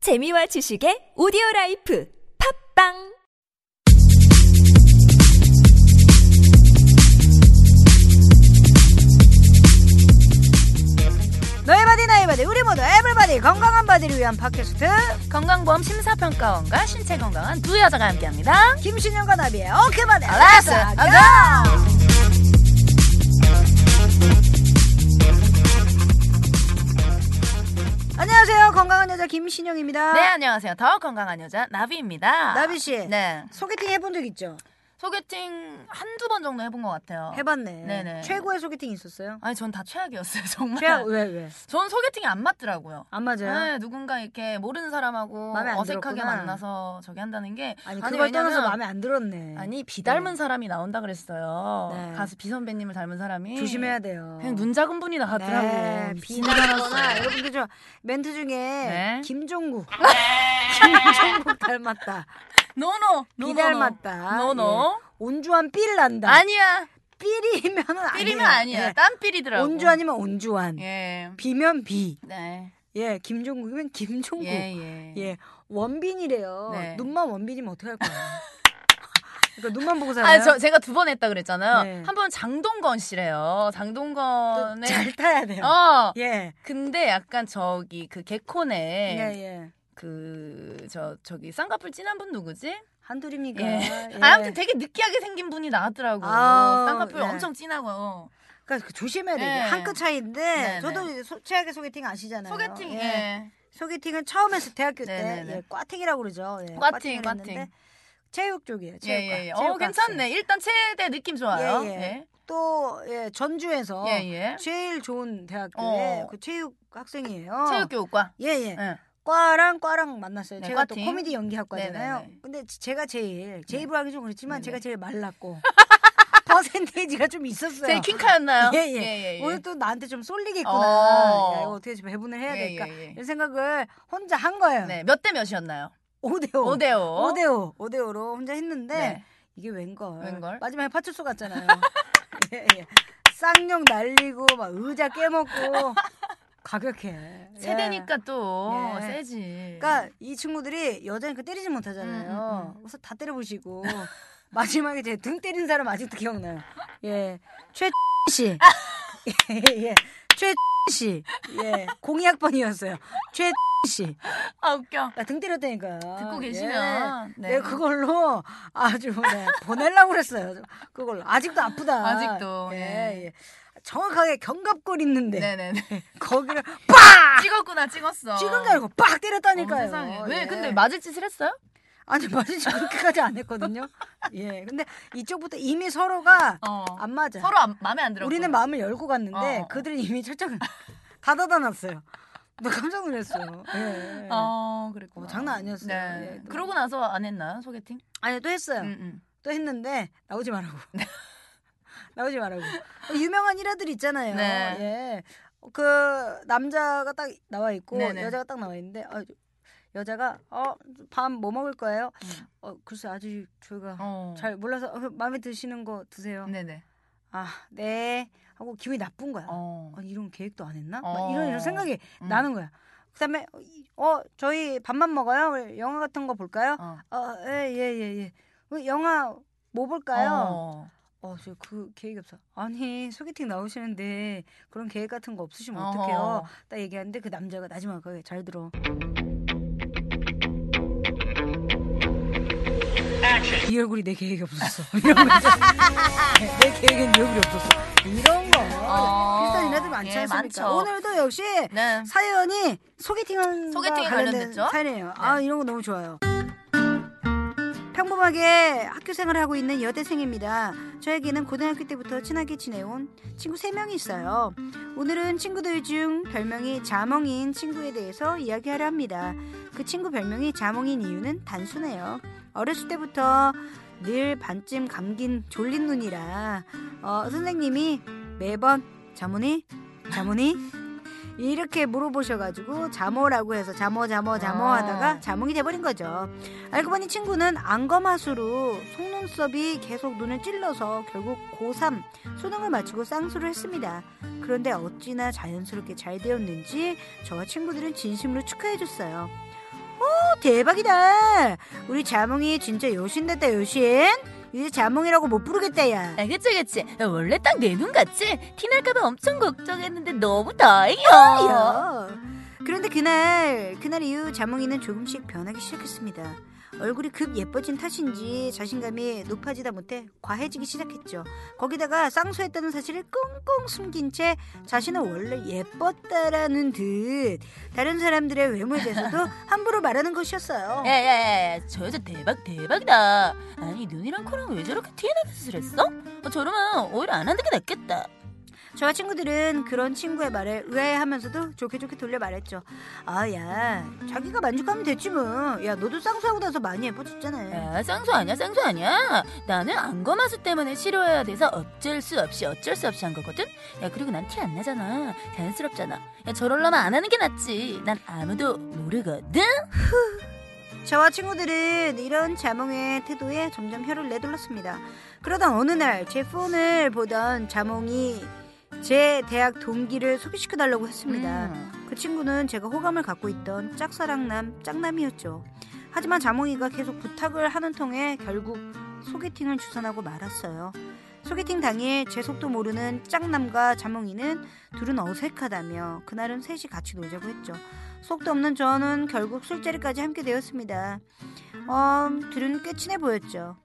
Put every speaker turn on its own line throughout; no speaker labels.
재미와 지식의 오디오 라이프 팝빵
너의 바디 나의 바디 우리 모두 에브리바디 건강한 바디를 위한 팟캐스트
건강보험 심사평가원과 신체 건강한 두 여자가 함께합니다.
김신영과 나비의 오케이 바디 아,
Let's
go 안녕하세요 건강한 여자 김신영입니다
네, 안녕하세요. 더 건강한 여자 나비입니다.
나비씨
네.
소개팅 해본 적 있죠?
소개팅 한두 번 정도 해본 것 같아요.
해봤네
어. 네네. 아,
최고의 소개팅 있었어요?
아니, 전 다 최악이었어요, 정말.
최악 왜 왜?
전 소개팅이 안 맞더라고요.
안 맞아요?
네, 누군가 이렇게 모르는 사람하고
마음에 안
어색하게
들었구나.
만나서 저기 한다는 게
아니 그걸 떠나서
왜냐면
마음에 안 들었네
아니 비 닮은 사람이 나온다 그랬어요.
네.
가수 비 선배님을 닮은 사람이
조심해야 돼요
그냥 눈 작은 분이 나왔더라고요.
네,
미친
비나거나 여러분들 저 멘트 중에
네.
김종국 김종국 닮았다
노노
비
노노
닮았다
노노
예. 온주한 삘 난다
아니야
삘이면은 아니에요.
삘이면 아니야
예.
땀삘이더라고
온주한이면 온주한
예.
비면 비
네.
예, 김종국이면 김종국 예,
예, 예.
원빈이래요
네.
눈만 원빈이면 어떻게 할 거야 그러니까 눈만 보고 살아요
아, 저 제가 두 번 했다 그랬잖아요.
네.
한 번 장동건 씨래요.
또
장동건의
잘 타야 돼요
네. 어.
예
근데 약간 저기 그 개콘에
예, 예.
그 저 저기 쌍꺼풀 진한 분 누구지?
한둘입니까
예.
예.
아, 아무튼 되게 느끼하게 생긴 분이 나왔더라고.
아우,
쌍꺼풀
네.
엄청 진하고.
그러니까 그 조심해야 돼.
네.
한 끗 차이인데
네,
저도
네.
이제 소, 최악의 소개팅 아시잖아요.
소개팅.
예.
예.
소개팅은 처음 했을 대학교
네, 네,
때
네.
예, 꽈팅이라고 그러죠. 예,
꽈팅,
꽈팅을 했는데
꽈팅.
체육 쪽이에요.
예,
체육과.
예, 예. 어,
체육과
괜찮네. 일단 최대 느낌 좋아요.
예, 예.
예.
학생. 또 예, 전주에서
예, 예.
제일 좋은 대학교에
어.
그 체육 학생이에요.
체육교육과.
예, 예.
예.
과랑 과랑 만났어요.
네,
제가 또
꽈팅.
코미디 연기학과잖아요.
네, 네, 네.
근데 지- 제가 제일 제 입으로 하기 좀 그렇지만
네, 네.
제가 제일 말랐고 퍼센테이지가 좀 있었어요.
제 퀸카였나요?
예, 예. 오늘 또 나한테 좀 쏠리겠구나.
어.
야, 이거 어떻게 좀 배분을 해야
예,
될까?
예, 예.
이런 생각을 혼자 한 거예요.
네, 몇 대 몇이었나요?
오대
오대 오.
5대5. 5대5로 혼자 했는데
네.
이게 웬걸.
웬걸?
마지막에 파출소 갔잖아요. 예, 예. 쌍욕 날리고 막 의자 깨먹고 가격해. 예.
세대니까 또
예.
세지.
그러니까 이 친구들이 여자니까 때리지 못하잖아요.
음, 음,
그래서 다 때려보시고 마지막에 제 등 때린 사람 아직도 기억나요. 예, 최 씨, 예, 예, 최 씨, 예, 공이학번이었어요. 최 씨,
아 웃겨.
나 등 때렸다니까.
듣고 계시면
예.
네.
네, 그걸로 아주 네, 보내려고 그랬어요. 그걸로 아직도 아프다.
아직도,
예,
예.
예. 정확하게 견갑골 있는데
네네네.
거기를 빡
찍었구나 찍었어.
찍은 게 아니고 빡 때렸다니까요.
어, 세상에. 왜
예.
근데 맞을 짓을 했어요?
아니 맞은지 그렇게까지 안 했거든요. 예, 근데 이쪽부터 이미 서로가
어.
안 맞아.
서로 안, 마음에 안 들었고.
우리는 마음을 열고 갔는데
어, 어.
그들은 이미 철저히 다 닫아놨어요. 나 깜짝 놀랐어요. 예.
어 그랬구나.
어, 장난 아니었어요.
네.
예, 또.
그러고 나서 안 했나요 소개팅?
아니 또 했어요.
음, 음.
또 했는데 나오지 말라고.
네.
나오지 말라고. 어, 유명한 일화들 있잖아요.
네.
예. 그 남자가 딱 나와 있고
네네.
여자가 딱 나와 있는데 어, 여자가 어밤 뭐 먹을 거예요?
음.
어 글쎄 아직 저희가
어.
잘 몰라서 어, 마음에 드시는 거 드세요.
네네.
아, 네. 하고 기분이 나쁜 거야.
어.
아니, 이런 계획도 안 했나?
어.
막 이런 이런 생각이
음.
나는 거야. 그다음에 어, 이- 어 저희 밥만 먹어요. 우리 영화 같은 거 볼까요?
어.
어, 예, 예, 예, 예. 어, 영화 뭐 볼까요? 어, 저 그 계획이 없어. 아니 소개팅 나오시는데 그런 계획 같은 거 없으시면
어허.
어떡해요? 딱 얘기하는데 그 남자가 마지막에 잘 들어. 이 얼굴이 내 계획이 없었어. 이런 거. 있잖아요. 내 계획엔 네 얼굴이 없었어. 이런 거.
어.
비슷한 일화들 많지
예,
않습니까?
많죠.
오늘도 역시
네.
사연이 소개팅한
소개팅에 관련됐죠? 네.
사연이에요. 아 이런 거 너무 좋아요. 평범하게 학교 생활을 하고 있는 여대생입니다. 저에게는 고등학교 때부터 친하게 지내온 친구 세명이 있어요. 오늘은 친구들 중 별명이 자몽인 친구에 대해서 이야기하려 합니다. 그 친구 별명이 자몽인 이유는 단순해요. 어렸을 때부터 늘 반쯤 감긴 졸린 눈이라 어, 선생님이 매번 자모니 자모니 이렇게 물어보셔가지고 자모라고 해서 자모 자모 자모
아.
하다가 자몽이 돼버린 거죠. 알고 보니 친구는 안검하수로 속눈썹이 계속 눈을 찔러서 결국 고3 수능을 마치고 쌍수를 했습니다. 그런데 어찌나 자연스럽게 잘 되었는지 저와 친구들은 진심으로 축하해줬어요. 오, 대박이다. 우리 자몽이 진짜 여신됐다, 여신. 이제 자몽이라고 못 부르겠다, 야.
아, 그치, 그치. 원래 딱 내 눈 같지? 티날까봐 엄청 걱정했는데 너무 다행이야.
야. 그런데 그날, 그날 이후 자몽이는 조금씩 변하기 시작했습니다. 얼굴이 급 예뻐진 탓인지 자신감이 높아지다 못해 과해지기 시작했죠. 거기다가 쌍수했다는 사실을 꽁꽁 숨긴 채 자신은 원래 예뻤다라는 듯 다른 사람들의 외모에 대해서도 함부로 말하는 것이었어요.
야, 야, 야, 야, 예, 저 여자 대박, 대박이다. 아니, 눈이랑 코랑 왜 저렇게 티나게 수술했어? 어, 저러면 오히려 안 하는 게 낫겠다.
저와 친구들은 그런 친구의 말을 의아해하면서도 좋게 좋게 돌려 말했죠. 아야 자기가 만족하면 됐지 뭐. 야 너도 쌍수하고 나서 많이 예뻐졌잖아.
야, 쌍수 아니야, 쌍수 아니야. 나는 안검하수 때문에 싫어해야 돼서 어쩔 수 없이 어쩔 수 없이 한 거거든? 야, 그리고 난 티 안 나잖아. 자연스럽잖아. 야, 저럴라면 안 하는 게 낫지. 난 아무도 모르거든?
저와 친구들은 이런 자몽의 태도에 점점 혀를 내둘렀습니다. 그러다 어느 날 제 폰을 보던 자몽이 제 대학 동기를 소개시켜 달라고 했습니다.
음.
그 친구는 제가 호감을 갖고 있던 짝사랑남 짝남이었죠. 하지만 자몽이가 계속 부탁을 하는 통에 결국 소개팅을 주선하고 말았어요. 소개팅 당일 제 속도 모르는 짝남과 자몽이는 둘은 어색하다며 그날은 셋이 같이 놀자고 했죠. 속도 없는 저는 결국 술자리까지 함께 되었습니다. 어, 둘은 꽤 친해 보였죠.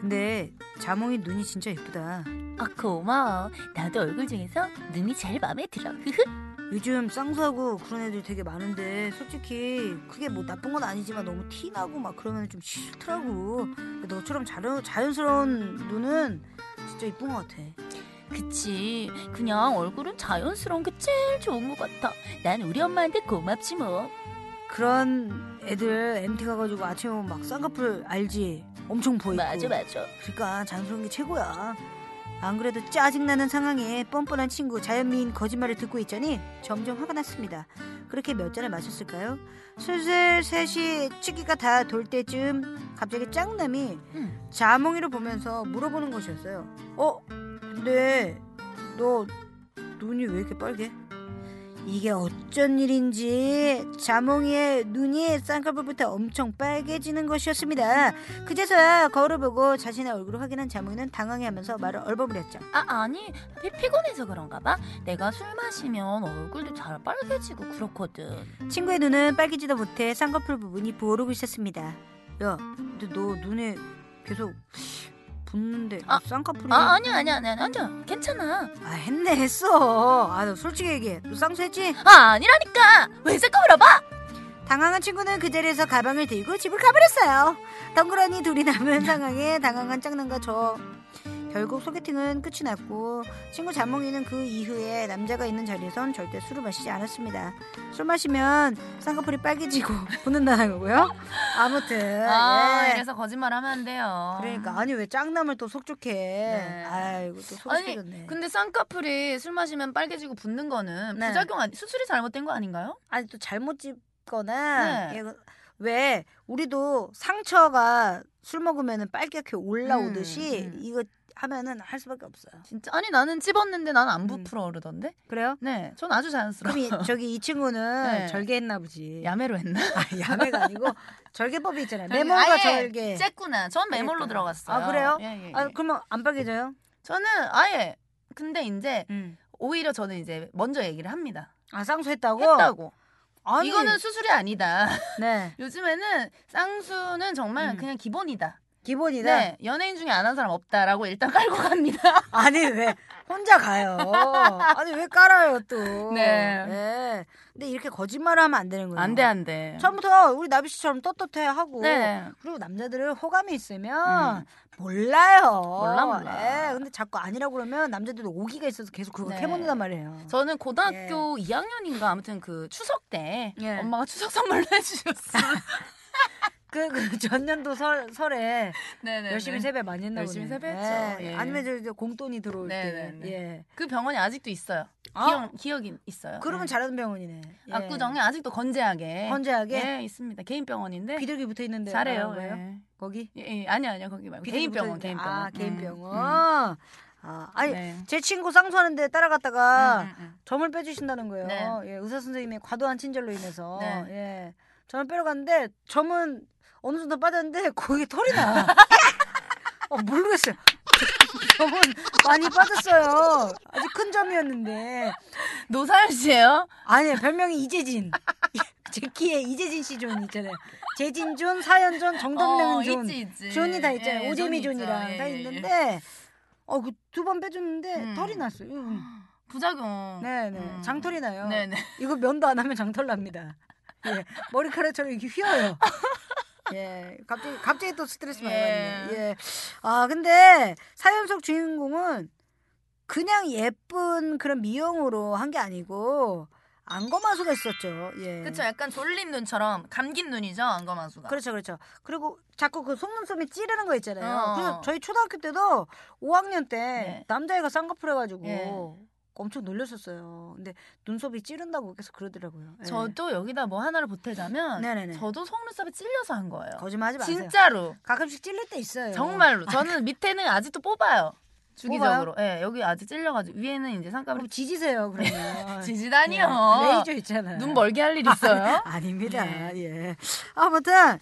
근데 자몽이 눈이 진짜 예쁘다.
아 고마워. 나도 얼굴 중에서 눈이 제일 마음에 들어. 흐흐.
요즘 쌍수하고 그런 애들 되게 많은데 솔직히 그게 뭐 나쁜 건 아니지만 너무 티나고 막 그러면 좀 싫더라고 너처럼 자연, 자연스러운 눈은 진짜 이쁜 것 같아
그치. 그냥 얼굴은 자연스러운 게 제일 좋은 것 같아. 난 우리 엄마한테 고맙지 뭐.
그런 애들 MT 가가지고 아침에 오면 막 쌍꺼풀 알지 엄청 보이고
맞아 맞아.
그러니까 자연스러운 게 최고야 안 그래도 짜증나는 상황에 뻔뻔한 친구 자연미인 거짓말을 듣고 있자니 점점 화가 났습니다. 그렇게 몇 잔을 마셨을까요? 슬슬 셋이 치기가 다 돌 때쯤 갑자기 짱남이
음.
자몽이를 보면서 물어보는 것이었어요. 어? 근데 너 눈이 왜 이렇게 빨개? 이게 어쩐 일인지 자몽이의 눈이 쌍꺼풀부터 엄청 빨개지는 것이었습니다. 그제서야 거울을 보고 자신의 얼굴을 확인한 자몽이는 당황해하면서 말을 얼버무렸죠.
아 아니 피- 피곤해서 그런가 봐. 내가 술 마시면 얼굴도 잘 빨개지고 그렇거든.
친구의 눈은 빨개지도 못해 쌍꺼풀 부분이 부어오르고 있었습니다. 야, 근데 너 눈에 계속 붓는데
아,
쌍꺼풀이
아
아,
아니야 아니야 아니야 아니야 괜찮아.
했네 했어. 아, 너 솔직히 얘기해. 너 쌍수했지?
아 아니라니까. 왜 자꾸 물어봐?
당황한 친구는 그 자리에서 가방을 들고 집을 가버렸어요. 덩그러니 둘이 남은 상황에 당황한 짝남과 저. 결국 소개팅은 끝이 났고 친구 자몽이는 그 이후에 남자가 있는 자리에선 절대 술을 마시지 않았습니다. 술 마시면 쌍꺼풀이 빨개지고 붓는다는 거고요. 아무튼 예.
거짓말하면 안 돼요.
그러니까 아니 왜 짝남을 또 속촉해?
네.
아이고 또
아니,
속시켰네.
근데 쌍꺼풀이 술 마시면 빨개지고 붓는 거는
네.
부작용 아니 수술이 잘못된 거 아닌가요?
아니 또 잘못 집거나
네.
예, 왜 우리도 상처가 술 먹으면 빨갛게 올라오듯이
음, 음.
이거 하면은 할 수밖에 없어요.
진짜 아니 나는 찝었는데 나는 안
음.
부풀어 오르던데.
그래요?
네, 전 아주 자연스러워.
그럼 이, 저기 이 친구는
네.
절개했나 보지.
야매로 했나?
아, 야매가 아니고 절개법이 있잖아요.
절개.
메모가
아예
절개.
쬐구나. 전 메몰로
그러니까요.
들어갔어요.
아, 그래요?
예, 예, 예.
아 그러면 안 빨개져요?
저는 아예 근데 이제 오히려 저는 이제 먼저 얘기를 합니다.
아 쌍수했다고?
했다고.
아니,
이거는 수술이 어, 아니다.
네
요즘에는 쌍수는 정말
음.
그냥 기본이다.
기본이다.
네, 연예인 중에 안 한 사람 없다라고 일단 깔고 갑니다.
아니 왜 혼자 가요? 아니 왜 깔아요 또?
네.
네. 근데 이렇게 거짓말을 하면 안 되는 거예요.
안 돼, 안 돼.
처음부터 우리 나비 씨처럼 떳떳해 하고.
네.
그리고 남자들은 호감이 있으면
음.
몰라요.
몰라, 몰라.
예, 근데 자꾸 아니라고 그러면 남자들도 오기가 있어서 계속 그거
네.
캐묻는단 말이에요.
저는 고등학교 2학년인가 아무튼 그 추석 때
예.
엄마가 추석 선물로 해주셨어요.
그, 그 전년도 설, 설에
네네.
열심히 세배 많이 했나
열심히
보네.
세배했죠. 예.
아니면 저, 저 공돈이 들어올
네, 네,
때.
네.
예.
그 병원이 아직도 있어요.
아.
기억 기억이 있어요.
그러면
네.
잘하는 병원이네. 예.
압구정에 아직도 건재하게.
건재하게
예, 있습니다. 개인 병원인데
비둘기 붙어 있는데
잘해요.
뭐예요?
예.
거기?
예, 예, 아니요 아니요 거기 말고 개인 병원 개인 병원.
아 개인
음,
병원.
음,
아 아니
네. 음,
제 친구 쌍수하는데 따라갔다가
음, 음.
점을 빼주신다는 거예요.
네.
예, 의사 선생님의 과도한 친절로 인해서
네.
예, 점을 빼러 갔는데 점은 어느 정도 빠졌는데 거기 털이 나. 어, 모르겠어요. 점은 많이 빠졌어요. 아주 큰 점이었는데.
노사연 씨예요?
아니 별명이 이재진. 제 키에 이재진 씨 존 있잖아요. 재진 존, 사연 존, 정동명
어,
존.
있지, 있지.
존이 다
예,
있잖아요.
예,
오재미
존이 있죠.
존이랑
예,
다
예, 예.
있는데 어, 그 두 번 빼줬는데
음.
털이 났어요. 음.
부작용.
네네
음.
장털이 나요.
네네.
이거 면도 안 하면 장털 납니다. 예, 머리카락처럼 이렇게 휘어요. 예, 갑자기 갑자기 또 스트레스 많이
예.
받네. 예, 아 근데 사연 속 주인공은 그냥 예쁜 그런 미용으로 한 게 아니고 안검하수가 있었죠. 예.
그쵸 약간 졸린 눈처럼 감긴 눈이죠 안검하수가.
그렇죠, 그렇죠. 그리고 자꾸 그 속눈썹이 찌르는 거 있잖아요.
어.
그래서 저희 초등학교 때도 5학년 때
네.
남자애가 쌍꺼풀 해가지고
예.
엄청 놀렸었어요. 근데 눈썹이 찌른다고 계속 그러더라고요. 예.
저도 여기다 뭐 하나를 보태자면
네네네.
저도 속눈썹이 찔려서 한 거예요.
거짓말하지 마세요. 네. 아, 그
진짜로
가끔씩 찔릴 때 있어요. 뭐
정말로 저는 밑에는 아직도 뽑아요. 주기적으로. 예, 여기 아직 찔려가지고 위에는 이제
그럼
쌍꺼풀
지지세요 그러면.
지지다니요.
예, 네. 레이저 있잖아요.
눈 멀게 할 일 있어요? 네.
아, 닙니다 예. 아무튼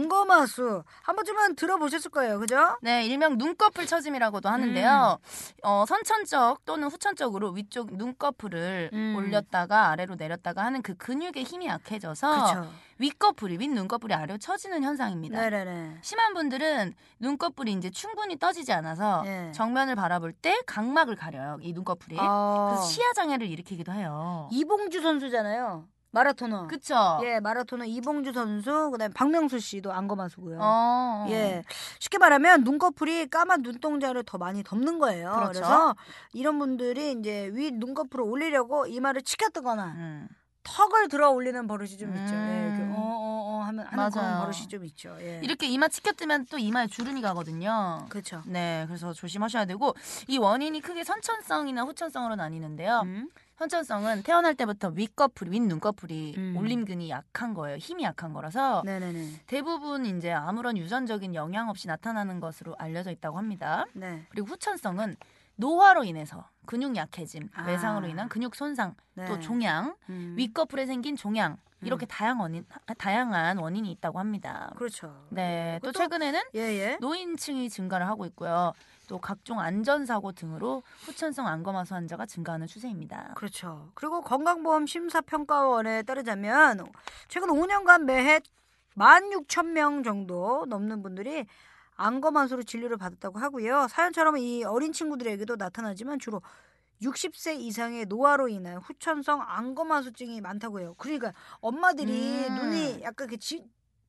안검하수 한 번쯤은 들어보셨을 거예요, 그죠?
네, 일명 눈꺼풀 처짐이라고도 하는데요.
음.
어, 선천적 또는 후천적으로 위쪽 눈꺼풀을
음.
올렸다가 아래로 내렸다가 하는 그 근육의 힘이 약해져서
그렇죠.
윗꺼풀이 윗눈꺼풀이 아래로 처지는 어. 현상입니다.
네네네.
심한 분들은 눈꺼풀이 이제 충분히 떠지지 않아서
예.
정면을 바라볼 때 각막을 가려요. 이 눈꺼풀이.
어,
그래서 시야 장애를 일으키기도 해요.
이봉주 선수잖아요. 마라토너.
그쵸?
예, 마라토너 이봉주 선수, 그다음 에 박명수 씨도 안검하수고요.
어.
예, 쉽게 말하면 눈꺼풀이 까만 눈동자를 더 많이 덮는 거예요.
그렇죠.
래서 이런 분들이 이제 위 눈꺼풀을 올리려고 이마를 치켜뜨거나
음.
턱을 들어 올리는 버릇이 좀 있죠. 예,
음.
이렇게 어어어 하면 하는 그런
맞아요.
버릇이 좀 있죠. 예.
이렇게 이마 치켜뜨면 또 이마에 주름이 가거든요.
그렇죠.
네, 그래서 조심하셔야 되고 이 원인이 크게 선천성이나 후천성으로 나뉘는데요.
음.
선천성은 태어날 때부터 윗꺼풀, 윗눈꺼풀이
음.
올림근이 약한 거예요. 힘이 약한 거라서
네네네.
대부분 이제 아무런 유전적인 영향 없이 나타나는 것으로 알려져 있다고 합니다.
네.
그리고 후천성은 노화로 인해서 근육 약해짐,
아.
외상으로 인한 근육 손상,
네.
또 종양,
음.
윗꺼풀에 생긴 종양 이렇게 다양한 원인, 다양한 원인이 있다고 합니다.
그렇죠.
네, 또
그것도-
최근에는
예예.
노인층이 증가를 하고 있고요. 또 각종 안전사고 등으로 후천성 안검하수 환자가 증가하는 추세입니다.
그렇죠. 그리고 건강보험 심사평가원에 따르자면 최근 5년간 매해 16,000명 정도 넘는 분들이 안검한수로 진료를 받았다고 하고요. 사연처럼 이 어린 친구들에게도 나타나지만 주로 60세 이상의 노화로 인한 후천성 안검한수증이 많다고 해요. 그러니까 엄마들이
음.
눈이 약간 그 지,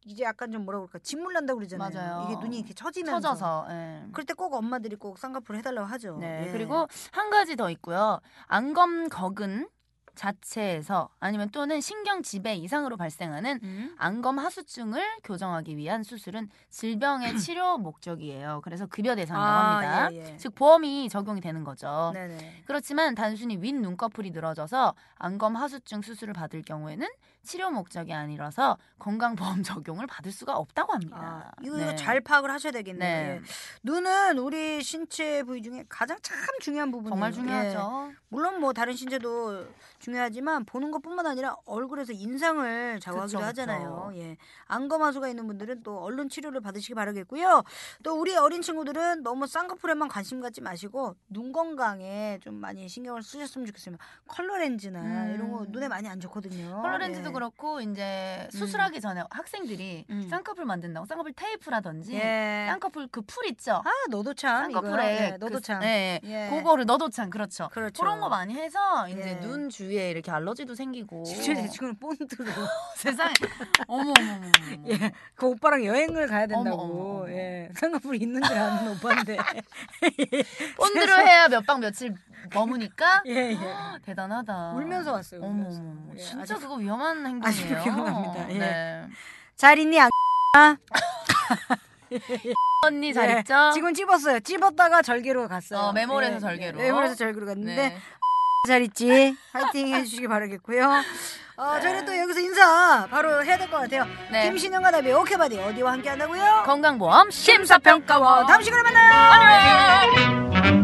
이제 약간 좀 뭐라 그럴까 진물난다고 그러잖아요.
맞아요.
이게 눈이 이렇게 처지면서.
처져서. 예.
그럴 때 꼭 엄마들이 꼭 쌍꺼풀 해달라고 하죠.
네,
예.
그리고 한 가지 더 있고요. 안검 거근 자체에서 아니면 또는 신경 지배 이상으로 발생하는
음?
안검 하수증을 교정하기 위한 수술은 질병의 치료 목적이에요. 그래서 급여 대상이라고
아,
합니다.
예, 예.
즉 보험이 적용이 되는 거죠.
네네.
그렇지만 단순히 윗 눈꺼풀이 늘어져서 안검 하수증 수술을 받을 경우에는 치료 목적이 아니라서 건강보험 적용을 받을 수가 없다고 합니다.
아, 이거,
네.
이거 잘 파악을 하셔야 되겠네요.
네.
예. 눈은 우리 신체 부위 중에 가장 참 중요한 부분이에요.
정말
예.
중요하죠.
물론 뭐 다른 신체도 중요하지만 보는 것뿐만 아니라 얼굴에서 인상을 좌우하기도
그쵸, 그쵸.
하잖아요. 예. 안검하수가 있는 분들은 또 얼른 치료를 받으시기 바라겠고요. 또 우리 어린 친구들은 너무 쌍꺼풀에만 관심 갖지 마시고 눈 건강에 좀 많이 신경을 쓰셨으면 좋겠습니다. 컬러렌즈나
음.
이런 거 눈에 많이 안 좋거든요.
컬러렌즈도
예.
그렇고 이제 수술하기 전에 학생들이
음.
쌍꺼풀 만든다고 쌍꺼풀 테이프라든지
예.
쌍꺼풀 그 풀 있죠.
아 너도 참 이거야.
쌍꺼풀에
예, 너도
그,
참.
예, 예.
예.
그거를 너도 참 그렇죠.
그렇죠.
그런 거 많이 해서
예.
이제 눈 주위에 이렇게 알러지도 생기고
실제 제 친구는 본드로
세상에 어머 어머 어머, 어머.
예, 그 오빠랑 여행을 가야 된다고
어머, 어머, 어머.
예 쌍꺼풀이 있는 줄 아는 오빠인데
본드로 해야 몇 방 며칠 머무니까
예예
대단하다.
울면서 왔어요.
어머,
울면서.
어머,
예,
진짜
아주-
그거 위험한 행동이에요.
아주 위험합니다. 예.
네.
잘 있니 안
언니 잘
예,
있죠?
지금 찝었어요 찝었다가 절개로 갔어요 예,
어, 메모리에서 절개로.
메모에서 절개로 갔는데
네.
잘 있지 화이팅 해주시기 바라겠고요 어, 저희는 또 여기서 인사 바로 해야 될 것 같아요
네.
김신영과 나비 오케바디 어디와 함께 한다고요
건강보험 심사평가원.
다음 시간에 만나요
안녕.